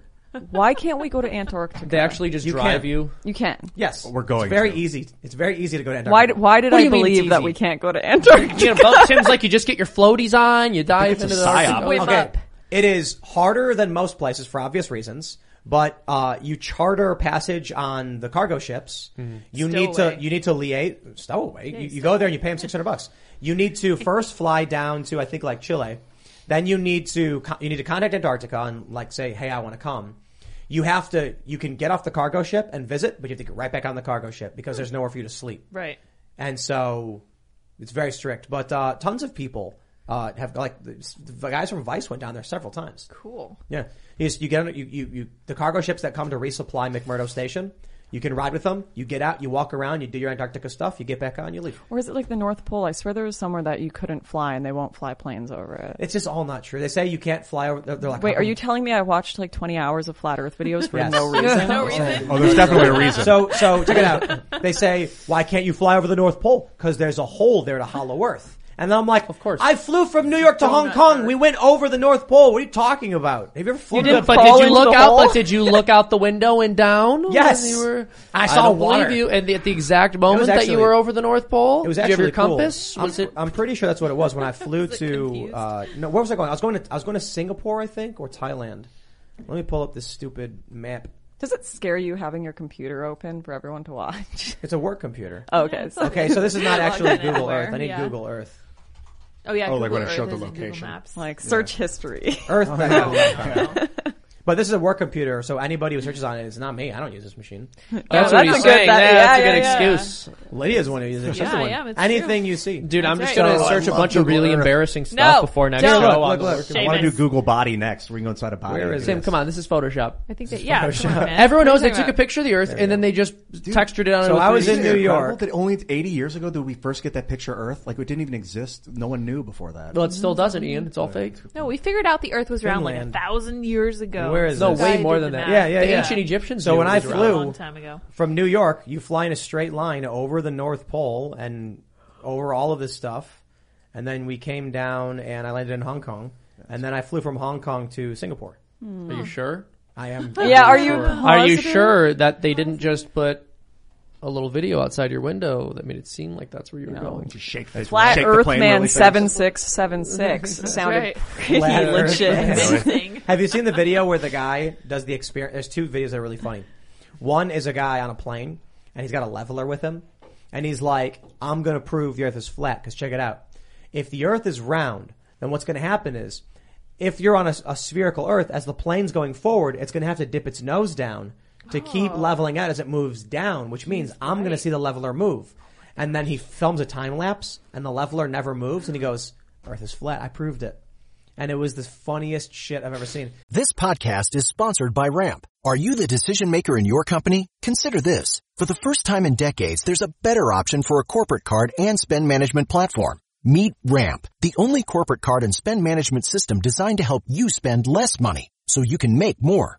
why can't we go to Antarctica?
They actually just
You
drive
can.
you.
you can.
Yes,
We're going
It's very
to.
easy. It's very easy to go to Antarctica.
Why? d- Why did
What do
I
you mean it's
believe that
easy?
we can't go to Antarctica?
You know, both Tim's like you just get your floaties on, you dive
it's a
into the
psyop.
ocean.
Wait,
Okay,
up.
it is harder than most places for obvious reasons. But uh, you charter passage on the cargo ships. You need to
Stowaway.
you need to liaise stowaway. you, you go there and you pay them six hundred bucks. You need to first fly down to I think like Chile. Then you need to co- you need to contact Antarctica and like say hey I want to come. You have to you can get off the cargo ship and visit, but you have to get right back on the cargo ship because there's nowhere for you to sleep.
Right.
And so it's very strict. But uh, tons of people uh, have like the, the guys from Vice went down there several times.
Cool.
Yeah, you, just, you get on, you, you you the cargo ships that come to resupply McMurdo Station. You can ride with them. You get out, you walk around, you do your Antarctica stuff, you get back on, you leave.
or is it like the North Pole? I swear there was somewhere that you couldn't fly, and they won't fly planes over it.
It's just all not true. They say you can't fly over. They're, they're like,
Wait,
"How
are
come-"
Um,
you telling me I watched like 20 hours of flat Earth videos for
Yes.
no reason?
No reason.
Oh, there's definitely a reason.
So so check it out. They say, why can't you fly over the North Pole? Because there's a hole there to hollow Earth. And I'm like, of
course.
I flew from New York to Hong Kong. We went over the North Pole. What are you talking about? Have you ever flown?
You didn't
over-
But
fall
did you
into
look
the
out?
hole?
But did you look out the window and down?
Yes.
when you were-
I saw
don't
water.
Believe you, and the, at the exact moment that you
actually-
were over the North Pole,
It was
did you have
actually
your
cool.
compass?
I'm,
Was it?
I'm pretty sure that's what it was when I flew to.
confused?
Uh, no, where was I going? I was going to. I was going to Singapore, I think, or Thailand. Let me pull up this stupid map.
Does it scare you having your computer open for everyone to watch?
It's a work computer.
Oh, okay. So,
Okay, so this is not actually
Logged in
Google
everywhere,
Earth. I need
yeah.
Google Earth.
Oh yeah.
Oh, like
Google
when it
Earth
showed the
is in Google
location.
Maps.
like search history.
Earth.
Oh,
No.
But this is a work computer, so anybody who searches on it, it's not me. I don't use this machine.
that's
Yeah,
what
that's a
he's
good-
saying.
that-
Yeah,
yeah,
that's a good
yeah, yeah.
excuse,
Lydia's one who uses it. She's
Yeah,
the one.
yeah, it's
Anything
true.
you see,
dude. I'm
That's
just
right.
gonna
Oh, I
search a
love
bunch of
Google
really
Earth.
embarrassing stuff
No,
before next
don't.
show.
Look,
on
look,
the
look.
work-
I want to
Seamus.
do Google body next. We're going to go inside a body.
Where is
Tim, come on, this is Photoshop.
I think that yeah. come on, man.
Everyone
What are
knows
you
they
talking
took a
about?
picture of the Earth and then they just textured it on.
So
with
I was
three-
in New York.
That only 80 years ago did we first get that picture Earth. Like it didn't even exist. No one knew before that.
Well, it still doesn't, Ian. It's all fake.
No, we figured out the Earth was round like a
Finland.
thousand years ago.
Where is
No,
this?
Guy
way
did
more
the
than that.
math.
Yeah, yeah,
The
yeah.
ancient Egypans.
So
knew
when
it
I
was
flew-
round.
A long time ago.
from New York, you fly in a straight line over the North Pole and over all of this stuff. And then we came down and I landed in Hong Kong. And then I flew from Hong Kong to Singapore.
are you sure?
I am.
yeah, are you?
Sure.
Are you
positive?
sure that they didn't just put a little video outside your window that made it seem like that's where you were going.
Just shake the
Flat
shake the
Earth
plane
Man
really fast.
7676 sounded
right.
pretty
Flat Earth Man.
legit.
Anything.
Have you seen the video where the guy does the experience? There's two videos that are really funny. One is a guy on a plane and he's got a leveler with him, and he's like, "I'm going to prove the Earth is flat because check it out. If the Earth is round, then what's going to happen is, if you're on a, a spherical Earth, as the plane's going forward, it's going to have to dip its nose down to keep leveling out as it moves down, which means I'm going to see the leveler move." And then he films a time lapse, and the leveler never moves, and he goes, "Earth is flat. I proved it." And it was the funniest shit I've ever seen.
This podcast is sponsored by Ramp. Are you the decision maker in your company? Consider this. For the first time in decades, there's a better option for a corporate card and spend management platform. Meet Ramp, the only corporate card and spend management system designed to help you spend less money so you can make more.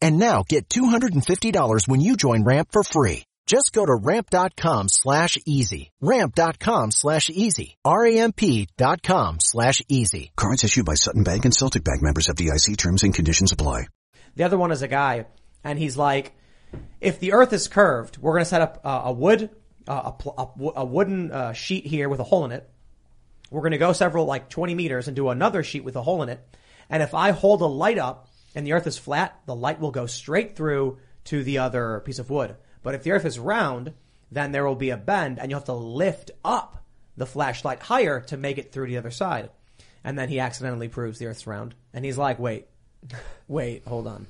And now get $250 when you join Ramp for free. Just go to ramp.com slash easy. Ramp.com slash easy. R-A-M-P dot com slash easy.
Cards issued by Sutton Bank and Celtic Bank members of DIC terms and conditions apply.
The other one is a guy, and he's like, if the Earth is curved, we're going to set up uh, a wood, uh, a, pl- a, wo- a wooden uh, sheet here with a hole in it. We're going to go several, like 20 meters, and do another sheet with a hole in it. And if I hold a light up and the Earth is flat, the light will go straight through to the other piece of wood. But if the Earth is round, then there will be a bend, and you'll have to lift up the flashlight higher to make it through the other side. And then he accidentally proves the Earth's round, and he's like, "Wait, wait, hold on."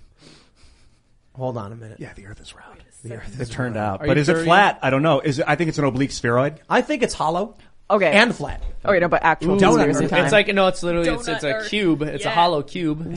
Hold on a minute.
Yeah, the Earth is round. The Earth is turned out,
Are
but
you
is
sure
it
you-
flat? I don't know. Is it, I think it's an oblique spheroid.
I think it's hollow.
Okay.
And flat.
Okay, Oh, no, but actual
Donut
conspiracy
Earth.
time.
It's like no, it's literally it's,
Donut
it's a
Earth.
cube. It's a
Yeah.
hollow cube.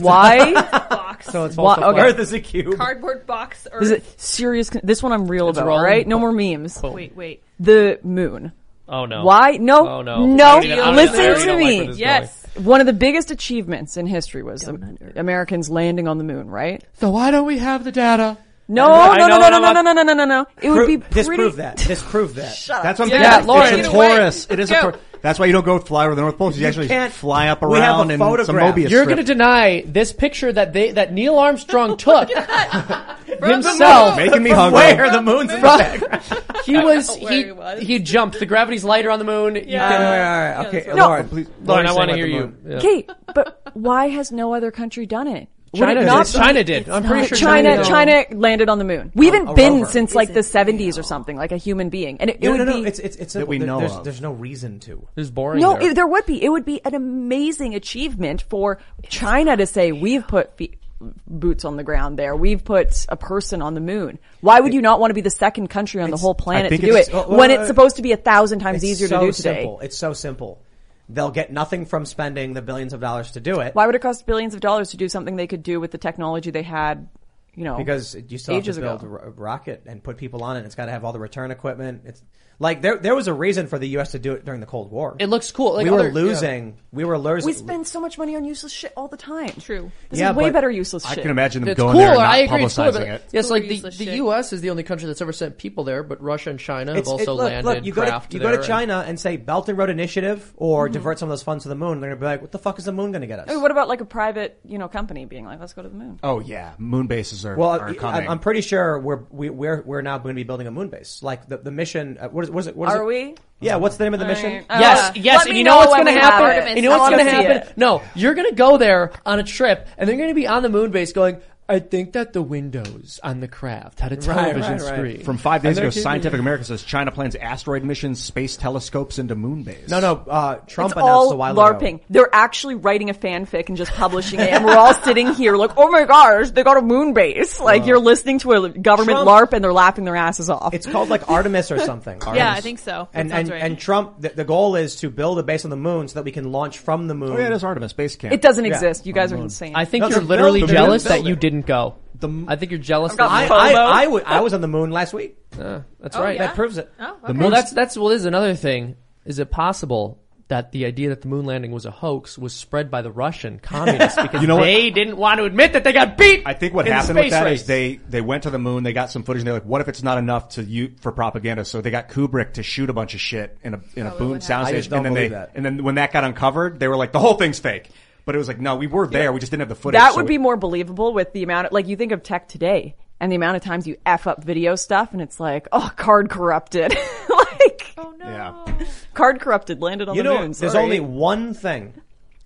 why
Box.
So it's
Wha-
also
okay.
flat.
Earth is a cube.
Cardboard box. Earth.
is it serious? Con- this one I'm real about.
wrong.
All right, no more memes.
Wait, wait.
The moon.
Oh no.
Why? No.
Oh no.
No.
I don't even- I don't
Listen
even- I
to
don't like
me.
where this is
Yes.
One of the biggest achievements in history was um, Americans landing on the moon, right?
So why don't we have the data?
No,
I know
no, no, no,
what
no, no,
I'm
no,
up-
no, no, no, no. It would
Pro-
be
disprove
pretty.
that. Disprove that.
That's what I'm
Yeah,
thinking.
Lauren.
it's
Either
a
way,
Taurus. It is a
go.
Taurus. That's why you don't go fly over the North Pole. 'cause You, actually
can't.
fly up around
We have a
in some
photograph.
Mobius
You're
strip.
going to deny this picture that they that Neil Armstrong took himself.
making me
From
hungry.
Where the moon's in the background.
He was
where
he,
he was.
he jumped. The gravity's lighter on the moon.
Yeah.
All right, all right, okay, Lauren,
Please,
Lauren, I
say
want to
about
hear
the
you.
moon.
Yeah.
Okay, but why has no other country done it? Would
China
it
did.
not be-
China did. I'm pretty sure
China,
did. Oh,
China landed on the moon. We haven't
a
been
rover.
since like the 70s or something, like a human being, and it, it
No,
would
no, no.
be.
It's it's it's simple.
we
There-
know
there's,
of.
there's no reason to.
It was boring.
no,
there.
it, there would be. It would be an amazing achievement for China to say we've put feet, boots on the ground there. We've put a person on the moon. Why would you not want to be the second country on the whole planet to
think
do
it's-
it
well, well,
when
uh,
it's supposed to be a thousand times
It's
easier
so
to do today?
simple. It's so simple. They'll get nothing from spending the billions of dollars to do it
Why would it cost billions of dollars to do something they could do with the technology they had? You know,
because you still have to
Ages ago.
build a ro- a rocket and put people on it. It's got to have all the return equipment. It's like there there was a reason for the U.S. to do it during the Cold War.
It looks cool. Like
we were
other-
losing. We were losing.
we spend so much money on useless shit all the time.
True.
This
Yeah,
is way
but
better useless
I
shit.
can imagine them
It's
going
cool.
there and not
I agree. It's cool,
publicizing
but
it.
yes, like the,
useless
the
shit.
U.S. is the only country that's ever sent people there, but Russia and China have
It's-
also
it- look,
landed
look, you go to
craft
you go to
there.
China and say Belt and Road Initiative or divert some of those funds to the moon. They're gonna be like, what the fuck is the moon gonna get us?
I mean, what about like a private, you know, company being like, let's go to the moon?
Oh yeah, moon bases are,
well,
are
I-
coming.
I'm pretty sure we're we, we're we're now going to be building a moon base. Like the, the mission, uh, what is what is it? What is
Are
it?
we?
Yeah. What's the name of the mission?
Alright.
Yes,
Yeah.
yes,
Uh, Let
and
me
you know,
know
what's
when
going to
we
happen?
have
it.
And you know
I
what's
wanna
going to
see
happen?
it.
No, you're going to go there on a trip, and they're going to be on the moon base going, I think that the windows on the craft had a television
right, right.
screen.
From five days
And
ago,
they're-
Scientific America says China plans asteroid missions, space telescopes into moon base.
No, no. Uh, Trump
It's
announced
all
a while
LARPing.
ago.
They're actually writing a fanfic and just publishing it, and we're all sitting here like, oh my gosh, they got a moon base. Like you're listening to a government
Uh, Trump-
LARP and they're laughing their asses off.
It's called like Artemis or something.
Yeah, I think so. That
And
sounds
and,
right.
and Trump, the, the goal is to build a base on the moon so that we can launch from the moon.
Oh yeah, it is Artemis base camp.
it doesn't exist. You guys are insane.
I think
No,
you're
they're
literally
building-
jealous
they're
that you
building.
didn't go.
the m-
I think you're jealous.
got
that
I,
you-
my-
I,
FOMO.
I, would- I was on the moon last week.
Uh, that's right.
yeah?
That proves it.
Oh,
the
okay.
Well,
moon's-
that's that's well. Is another thing. Is it possible that the idea that the moon landing was a hoax was spread by the Russian communists because
You know what?
they didn't want to admit that they got beat?
I think what
in the
happened with
space
that is
race.
they they went to the moon, they got some footage, and they're like, "What if it's not enough to you for propaganda?" So they got Kubrick to shoot a bunch of shit in a in a boom sound
I just
stage,
don't
and then they
believe that.
and then when that got uncovered, they were like, "The whole thing's fake." But it was like, "No, we were there. We just didn't have the footage."
That
so
would be
we-
more believable with the amount of, like, you think of tech today and the amount of times you F up video stuff and it's like, oh, card corrupted. like,
oh no.
Yeah.
card corrupted landed on
You
the
know,
moon.
there's
sorry.
only one thing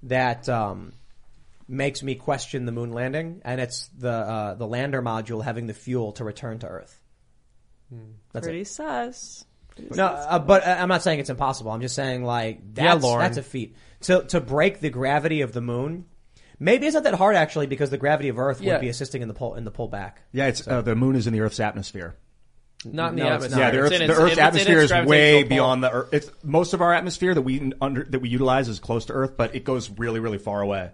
that um, makes me question the moon landing, and it's the uh, the lander module having the fuel to return to Earth.
Hmm.
That's
pretty
it.
sus.
No, uh, but uh, I'm not saying it's impossible. I'm just saying like that's
Lauren.
that's a feat to to break the gravity of the moon. Maybe it's not that hard actually, because the gravity of Earth
Yeah.
would be assisting in the pull in the pullback.
yeah, it's uh, the moon is in the Earth's atmosphere.
Not in the
No, it's not.
atmosphere.
Yeah, the
It's
Earth's,
in
the
its-
Earth's
it's in its
atmosphere is way
gravitational pull.
beyond the Earth. It's most of our atmosphere that we under that we utilize is close to Earth, but it goes really, really far away.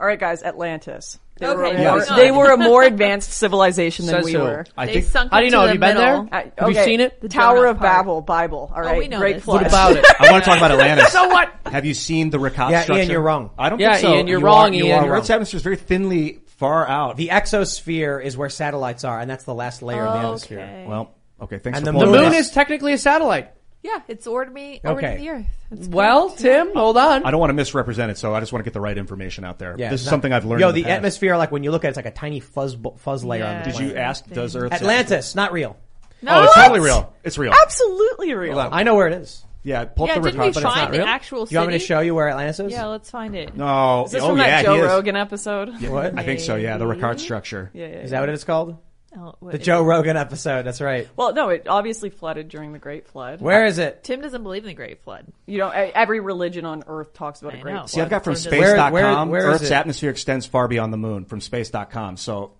All right, guys, Atlantis. They, were,
Okay,
a more,
moving on.
they were a more advanced civilization than
Says
we
who?
were.
I
They
think
sunk
How do you
into
know?
the
Have you been
middle.
there?
I-
Have you
okay,
seen it?
The Oh, Tower
Donut
of
Park.
Babel, Bible. All right,
we know
great
this.
flush.
What about it?
I want to talk about Atlantis. so
what?
Have you seen the Rakat
Yeah, Ian,
structure?
you're wrong.
I don't
Yeah,
think so.
Ian, you're
You
wrong,
Are,
Ian.
you are
You're
wrong.
wrong.
Earth's atmosphere is very thinly far out.
The exosphere is where satellites are, and that's the last layer of the atmosphere.
Okay.
well, okay, thanks.
And
for
the
The
pulling
moon
that.
is technically a satellite.
Yeah, it's orbiting orbiting
Okay.
the Earth. It's
Well, Tim, hold on.
I don't want to misrepresent it, so I just want to get the right information out there.
Yeah,
this is
not-
something I've learned.
Yo,
in the,
the
past.
atmosphere, like when you look at it, it's like a tiny fuzz bu- fuzz layer on
Yeah.
the
Did
planet.
you ask? Does Earth
Atlantis, not real.
no,
Oh, it's totally real. It's real.
Absolutely real.
Hold on.
I know where it is.
Yeah, pull up
Yeah,
the
didn't we
Rakat, but it's not
find the
real.
actual
Do you want me to
city?
show you where Atlantis is?
Yeah, let's find it.
No.
Is this
oh
from
yeah,
that Joe
he is.
Rogan episode? Yeah,
What?
I think so. Yeah, the Ricard structure.
yeah, yeah.
Is that what it's called?
Oh, what
The
is
Joe
it?
Rogan episode. That's right.
Well, no, it obviously flooded during the Great Flood.
Where is it?
Tim doesn't believe in the Great Flood.
You know, e- every religion on Earth talks about a
I
Great
know.
Flood.
See, I've got from
Where- where-
space.com.
where is
Earth's
it?
atmosphere extends far beyond the moon from space.com. So,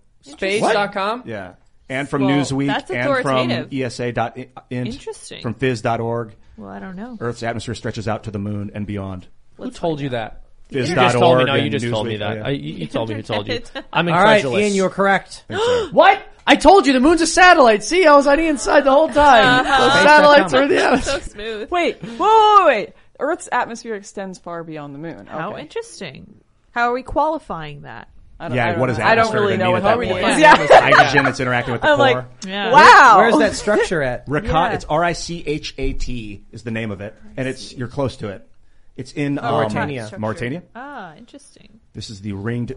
Space.com.
yeah. And from
Well,
Newsweek
that's
and from E
authoritative.
ESA.int.
Interesting.
From Fizz.org.
Well, I don't know.
Earth's atmosphere stretches out to the moon and beyond.
Who told you that?
Fizz.org.
You just told me. No,
and
you just told me
Newsweek.
that.
Yeah.
I, you, you told me. Who told you? I'm
All right,
incredulous.
Ian, you were correct.
What? I told you the moon's a satellite. See, I was on Ian's side the whole time. The satellites are in the
so
atmosphere.
smooth.
Wait, whoa, whoa, wait, wait. Earth's atmosphere extends far beyond the moon.
How
Okay.
interesting. How are we qualifying that?
I don't, I
yeah,
don't
what is
know.
that?
I don't really know what that
that
means.
point.
Yeah.
Yeah.
Hydrogen that's interacting with the
I'm
core.
like,
Yeah.
wow.
Where's that structure at?
Ricard,
Yeah.
it's R I C H A T is the name of it, and it's you're close to it. It's in
Oh,
um,
Mauritania.
Mauritania.
Ah, interesting.
This is the ringed,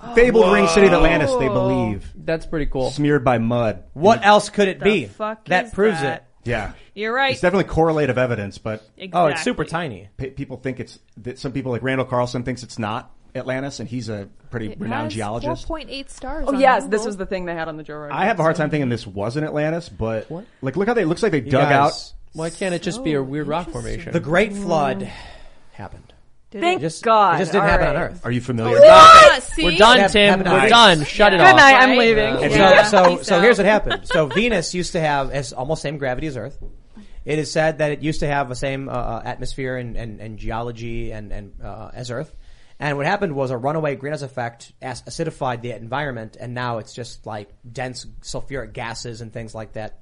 uh, fabled
Oh.
ring city of Atlantis. They believe
That's pretty cool.
smeared by mud.
What else could it be?
fuck
that
is
proves
that?
it.
Yeah,
You're right.
it's definitely correlative evidence, but
exactly.
Oh, it's super tiny.
pe- people think it's that some people like Randall Carlson thinks it's not Atlantis, and he's a pretty renowned geologist.
4.8 stars.
Oh, yes, this was the thing they had on the Joe Rogan.
I have a hard time thinking this wasn't Atlantis, but like look how they it looks like they dug
guys,
Why can't it just be a weird rock formation?
The Great
Mm.
Flood happened.
Thank
Just,
God.
It just didn't
All
happen on
right.
Earth.
out. Are you familiar?
Ah, see?
We're done,
Have-
Tim.
have
We're
a nice-
done. Shut it
Good
off.
night. I'm
Right?
leaving.
And
Yeah.
so, so,
Peace
so
out.
here's what happened. So Venus used to have as almost same gravity as Earth. It is said that it used to have the same uh, uh, atmosphere and, and, and geology and, and uh, as Earth. And what happened was a runaway greenhouse effect as- acidified the environment, and now it's just like dense sulfuric gases and things like that.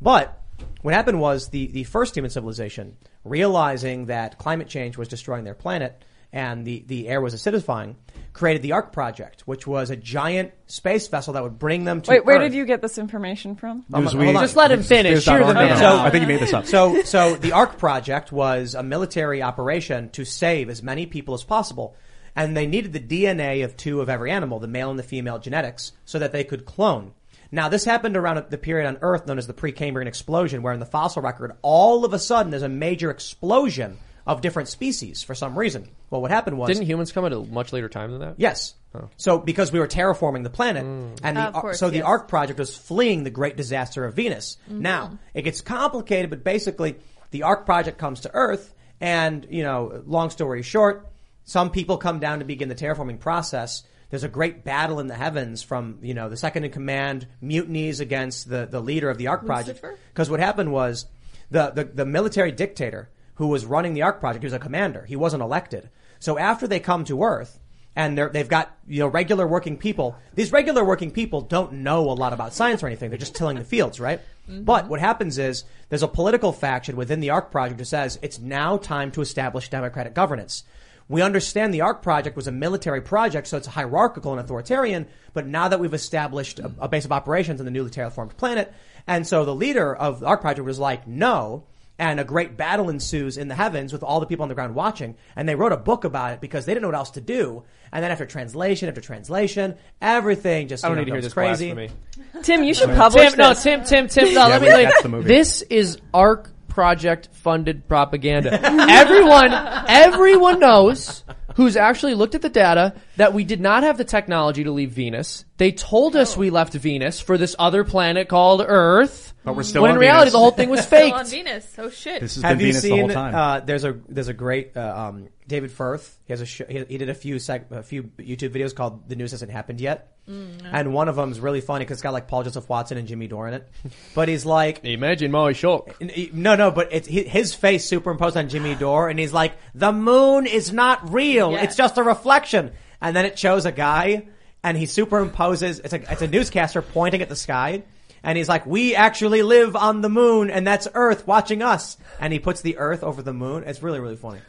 But what happened was the, the first human civilization, realizing that climate change was destroying their planet and the, the air was acidifying, created the Ark Project, which was a giant space vessel that would bring them to
Wait, where
Earth.
did you get this information from?
Newsweek.
hold on.
Just let him finish. You're the man.
So-
I think you made this up.
So, so the Ark Project was a military operation to save as many people as possible, and they needed the DNA of two of every animal, the male and the female genetics, so that they could clone. Now, this happened around the period on Earth known as the Precambrian explosion, where in the fossil record, all of a sudden there's a major explosion of different species for some reason. Well, what happened was
Didn't humans come at a much later time than that?
Yes. So because we were terraforming the planet, and the,
Of course,
so the
yes. Mm-hmm.
Ark project was fleeing the great disaster of Venus. Now it gets complicated, but basically the Ark project comes to Earth, and you know, long story short, some people come down to begin the terraforming process. There's a great battle in the heavens from you know the second in command mutinies against the the leader of the Ark project
Lucifer?
because what happened was the, the, the military dictator who was running the Ark Project, he was a commander. He wasn't elected. So after they come to Earth and they're, they've got, you know, regular working people. These regular working people don't know a lot about science or anything. They're just tilling the fields, right? But what happens is there's a political faction within the ARC project who says it's now time to establish democratic governance. We understand the ARC project was a military project, so it's hierarchical and authoritarian, but now that we've established a, a base of operations on the newly terraformed planet, and so the leader of the ARC project was like, no, and a great battle ensues in the heavens with all the people on the ground watching. And they wrote a book about it because they didn't know what else to do. And then after translation, after translation, everything just
I
you
don't
know,
need to hear
goes
this
crazy.
blasphemy.
Tim, you should publish
Tim, no,
this.
Tim, Tim, Tim. No, let me.
but
Like,
that's the movie.
This is ARC project funded propaganda. everyone, everyone knows who's actually looked at the data that we did not have the technology to leave Venus. They told us we left Venus for this other planet called Earth.
But we're still
when in
on
reality
Venus.
the whole thing was
Still on
faked.
Venus. Oh shit.
This has
Have
been
you
Venus
seen?
the whole time.
Uh, there's a there's a great uh, um, David Firth. He has a sh- he, he did a few sec- a few YouTube videos called "The News Hasn't Happened Yet," and one of them is really funny because it's got like Paul Joseph Watson and Jimmy Dore in it. But he's like,
Imagine my shock.
N- he- No, no, but it's hi- his face superimposed on Jimmy Dore, and he's like, "The moon is not real;
Yeah.
it's just a reflection." And then it shows a guy, and he superimposes. It's a it's a newscaster pointing at the sky, and he's like, "We actually live on the moon, and that's Earth watching us." And he puts the Earth over the moon. It's really really funny.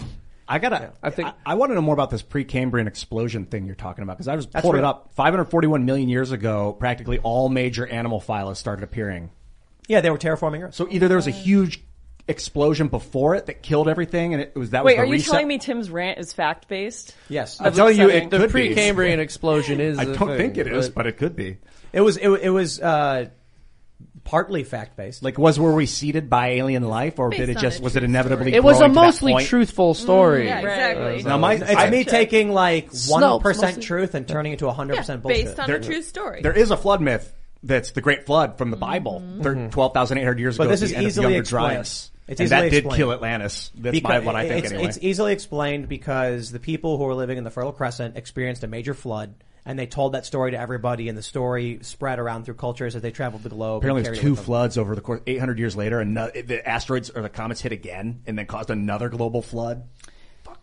I gotta. I think I, want to know more about this pre-Cambrian explosion thing you're talking about because I was pulled it
real.
up. 541 million years ago, practically all major animal phyla started appearing.
Yeah, they were terraforming Earth.
So either there was a huge explosion before it that killed everything, and it was that. was
Wait,
the
are you
reset-
telling me Tim's rant is fact based?
Yes,
I'm telling you, it
The
could
Precambrian explosion is.
Be. I
a
don't
thing,
think it is, but it could be.
it was it, wa- it was uh, partly fact based.
Like, was were we seeded by alien life, or
Based
did it
on
just
a
was
true
it inevitably?
It was a
growing to that
mostly
point? Mm,
truthful story.
yeah, exactly.
Now, my,
it's
I-
me taking like one percent
mostly-
truth and turning it to hundred
Yeah,
percent bullshit.
based on a true story.
there is a flood myth that's the Great Flood from the Bible, thir- 12,800 years
Mm-hmm. But
ago.
this
at
is
the end of the
easily
Younger
explained.
Dryas.
It's
and
easily
that did
explained.
kill Atlantis. That's
Because-
my, what I think
it's,
anyway.
It's easily explained because the people who were living in the Fertile Crescent experienced a major flood, and they told that story to everybody, and the story spread around through cultures as they traveled the globe. and
Apparently,
carried
there's
it
two
with them.
floods over the course. 800 years later, and the asteroids or the comets hit again, and then caused another global flood.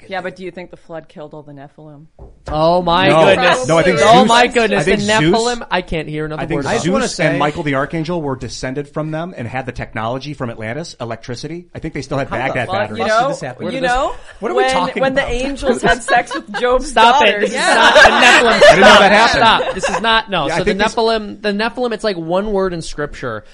Yeah, but do you think the flood killed all the Nephilim?
Oh my
No.
goodness!
No, I think
oh
Zeus-
my goodness!
I think
the
Zeus-
Nephilim. I can't hear another
I think
word. about
just
it.
wanna
Zeus
say-
and Michael the Archangel were descended from them and had the technology from Atlantis, electricity. I think they still had Baghdad
fuck
batteries.
You
How did
know,
this happen? Where
you
did this-
know,
What are we
when,
talking
when
about?
the angels had sex with Job's
Stop
daughter.
it! This
Yeah.
is not the Nephilim. Stop.
didn't know that happened.
Stop. This is not no.
Yeah, I
so the
think these-
Nephilim, the Nephilim, it's like one word in scripture,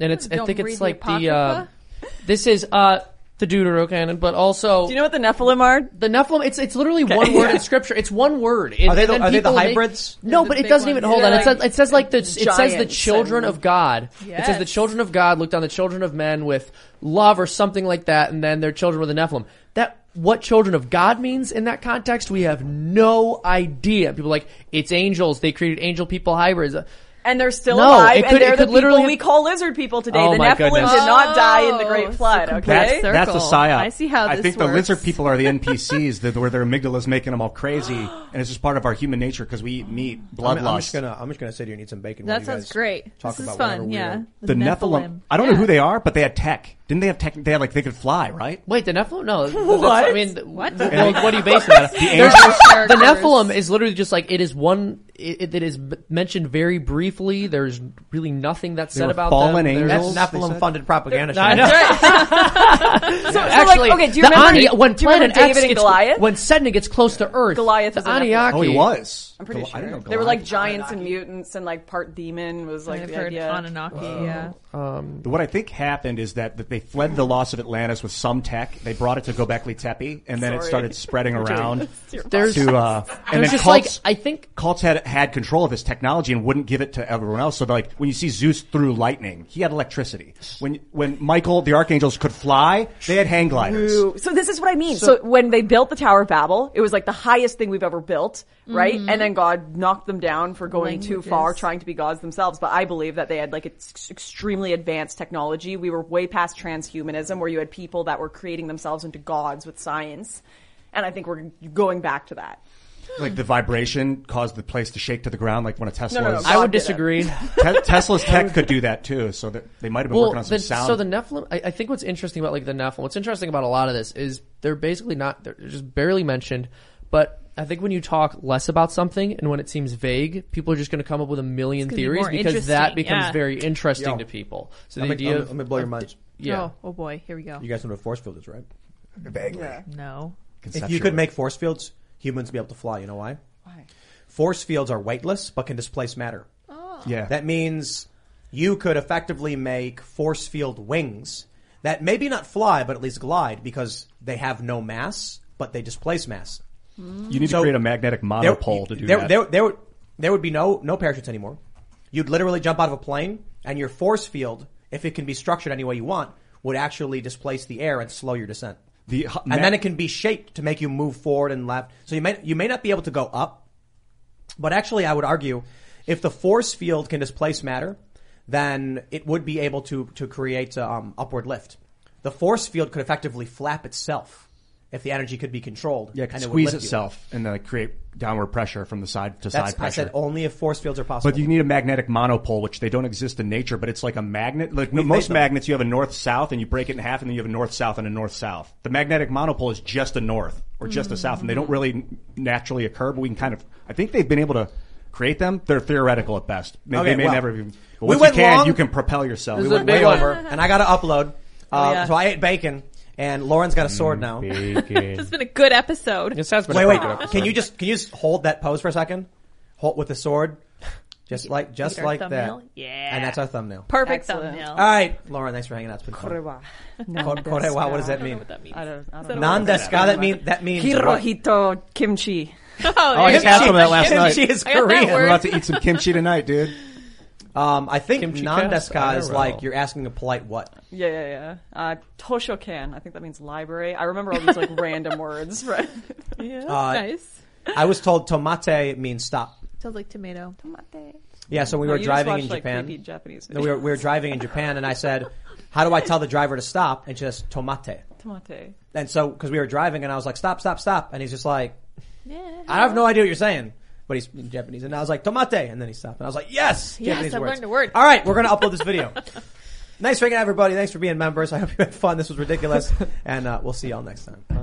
and it's I
Don't
think
read
it's
the
like the. uh
Apocrypha?
This is uh the Deuterocanon, but also
Do you know what the Nephilim are?
the Nephilim. It's it's literally one word in scripture. It's one word. It-
Are they
and
the-
then
are they the
people make-
hybrids?
no,
the
but it
big
doesn't even
ones.
hold on. It
They're
says
like
it says like the it says the
giants
children
and-
of God. It says the
Yes.
children of God looked on the children of men with love or something like that, and then their children were the Nephilim. That what children of God means in that context, we have no idea. People are like it's angels. They created angel people hybrids.
And they're still
No,
alive,
it could-
and
it
they're the
could literally
people we
have-
call lizard people today.
Oh
the
my
Nephilim
goodness.
did not die in the
Oh,
Great Flood,
so
okay?
That's,
Circle.
that's a psyop.
I see how
I
this
think the
works.
lizard people are the NPCs that, where their amygdala is making them all crazy, and it's just part of our human nature because we eat meat,
I'm,
bloodlust.
I'm just gonna I'm just gonna sit here and eat some bacon. while
that
you
sounds
guys
great.
Talk
This is
about
fun.
whatever
Yeah.
weird-
the Nephilim. I don't know who they are, but they had tech. Didn't they have tech? They had like they could fly, right?
Wait, the Nephilim? No, what? I mean, what?
What?
Well, what do you base that? on?
angels-
are.
the Nephilim is literally just like it is one. It, it is b- mentioned very briefly. There's really nothing that's said
were
about
fallen
them. There's-
That's
angels? They
Nephilim
said-
funded propaganda.
I know.
Actually,
Actually,
okay, do you
the
remember,
Ani- when
do you
Planet
remember David
X
and
gets,
Goliath?
when Sedna gets close to Earth,
Goliath
the
is a Nephilim.
Aniaki.
Oh, he was.
I'm pretty
Goli- I
sure.
didn't know
They were like
Goliath-
giants and mutants, and like part demon was like
I've
the
heard
idea.
Anunnaki. Yeah.
What I think happened is that, that they fled the loss of Atlantis with some tech. They brought it to Gobekli Tepe, and then it
Sorry.
started spreading around.
There's,
to uh, and
there's
then
just
cults,
like I think
cults had had control of this technology and wouldn't give it to everyone else. So like when you see Zeus threw lightning, he had electricity. When when Michael the archangels could fly, they had hang gliders.
Ooh, So this is what I mean. So, when they built the Tower of Babel, it was like the highest thing we've ever built, right? And then God knocked them down for going too
Languages.
far, trying to be gods themselves. But I believe that they had like ex- extremely advanced technology. We were way past transhumanism, where you had people that were creating themselves into gods with science. And I think we're going back to that.
Like the vibration caused the place to shake to the ground, like when a Tesla.
no, no.
I
God
would
did it.
disagree.
Te- Tesla's tech could do that too. So that they might have been working on some
the-
sound.
So the Nephilim, I, I think what's interesting about like the Nephilim, what's interesting about a lot of this is they're basically not, they're just barely mentioned, but I think when you talk less about something and when it seems vague, people are just going to come up with a million
gonna be
theories
more
because that
interesting,
becomes
yeah.
very interesting
Yeah.
to people. So the
I'm
idea
going
of
to blow your minds.
yeah,
Oh, oh boy, here we go.
You guys know what force field is, right?
No.
If you could make force fields, humans would be able to fly. You know why?
Why?
Force fields are weightless but can displace matter.
Oh.
yeah.
That means you could effectively make force field wings that maybe not fly, but at least glide because they have no mass, but they displace mass.
Mm-hmm.
you need
So-
to create a magnetic monopole to do
there,
that.
There, there, would- there would be no, no parachutes anymore. You'd literally jump out of a plane and your force field, if it can be structured any way you want, would actually displace the air and slow your descent.
The hu-
and
ma-
then it can be shaped to make you move forward and left. So you may, you may not be able to go up, but actually I would argue if the force field can displace matter, then it would be able to, to create um, upward lift. The force field could effectively flap itself if the energy could be controlled.
yeah, it could
and would
squeeze
lift you.
itself and then create downward pressure from the side to
That's,
side
I
pressure.
said only if force fields are possible.
But you need a magnetic monopole, which they don't exist in nature, but it's like a magnet. Like
We've made
most
them.
magnets, you have a north south and you break it in half and then you have a north south and a north south. The magnetic monopole is just a north or just a south and they don't really naturally occur, but we can kind of, I think they've been able to create them. They're theoretical at best. May-
Okay,
they may
well,
never even, but
we
once
went
you can,
long.
you can propel yourself.
This
We
is
went
a big
way
one.
over, and I got to upload. Uh,
Oh, yeah.
So I ate bacon, and Lauren's got a sword now. Wait,
It's been a good episode.
This has been a
wait.
pretty good
Can you just can you just hold that pose for a second? Hold with the sword, just like just
our
like
thumbnail?
that.
Yeah.
and that's our thumbnail.
Perfect
Excellent.
thumbnail.
All right, Lauren, thanks for hanging out. It's been fun.
Korewa.
Ko- Korewa, what does that
I don't know
mean?
what that means.
I don't, I don't know.
Non deska. That mean that means what?
Hirohito kimchi.
Oh,
I just had some of that last night.
Kimchi is
I got that
Korean.
We're
word.
about to eat some kimchi tonight, dude.
Um, I think
Kimchi
non
cast?
deska
I
is
don't know.
like you're asking a polite what.
Yeah, yeah, yeah. Uh, Toshokan. I think that means library. I remember all these like random words. Right.
yeah,
Uh,
nice.
I was told tomate means stop.
Sounds like tomato.
Yeah, so we were
you
driving
just watched,
in
like,
Japan.
creepy Japanese.
No, we were, we were driving in Japan, and I said, "How do I tell the driver to stop?" And she says, "Tomate."
Tomate.
And so, because we were driving, and I was like, "Stop, stop, stop!" And he's just like,
Yeah.
"I have no idea what you're saying," but he's in Japanese. And I was like, "Tomate," and then he stopped, and I was like, "Yes,
Yes,
Japanese
I've
words.
learned a word.
All right, we're gonna upload this video. nice hanging out, everybody. Thanks for being members. I hope you had fun. This was ridiculous, and uh, we'll see y'all next time.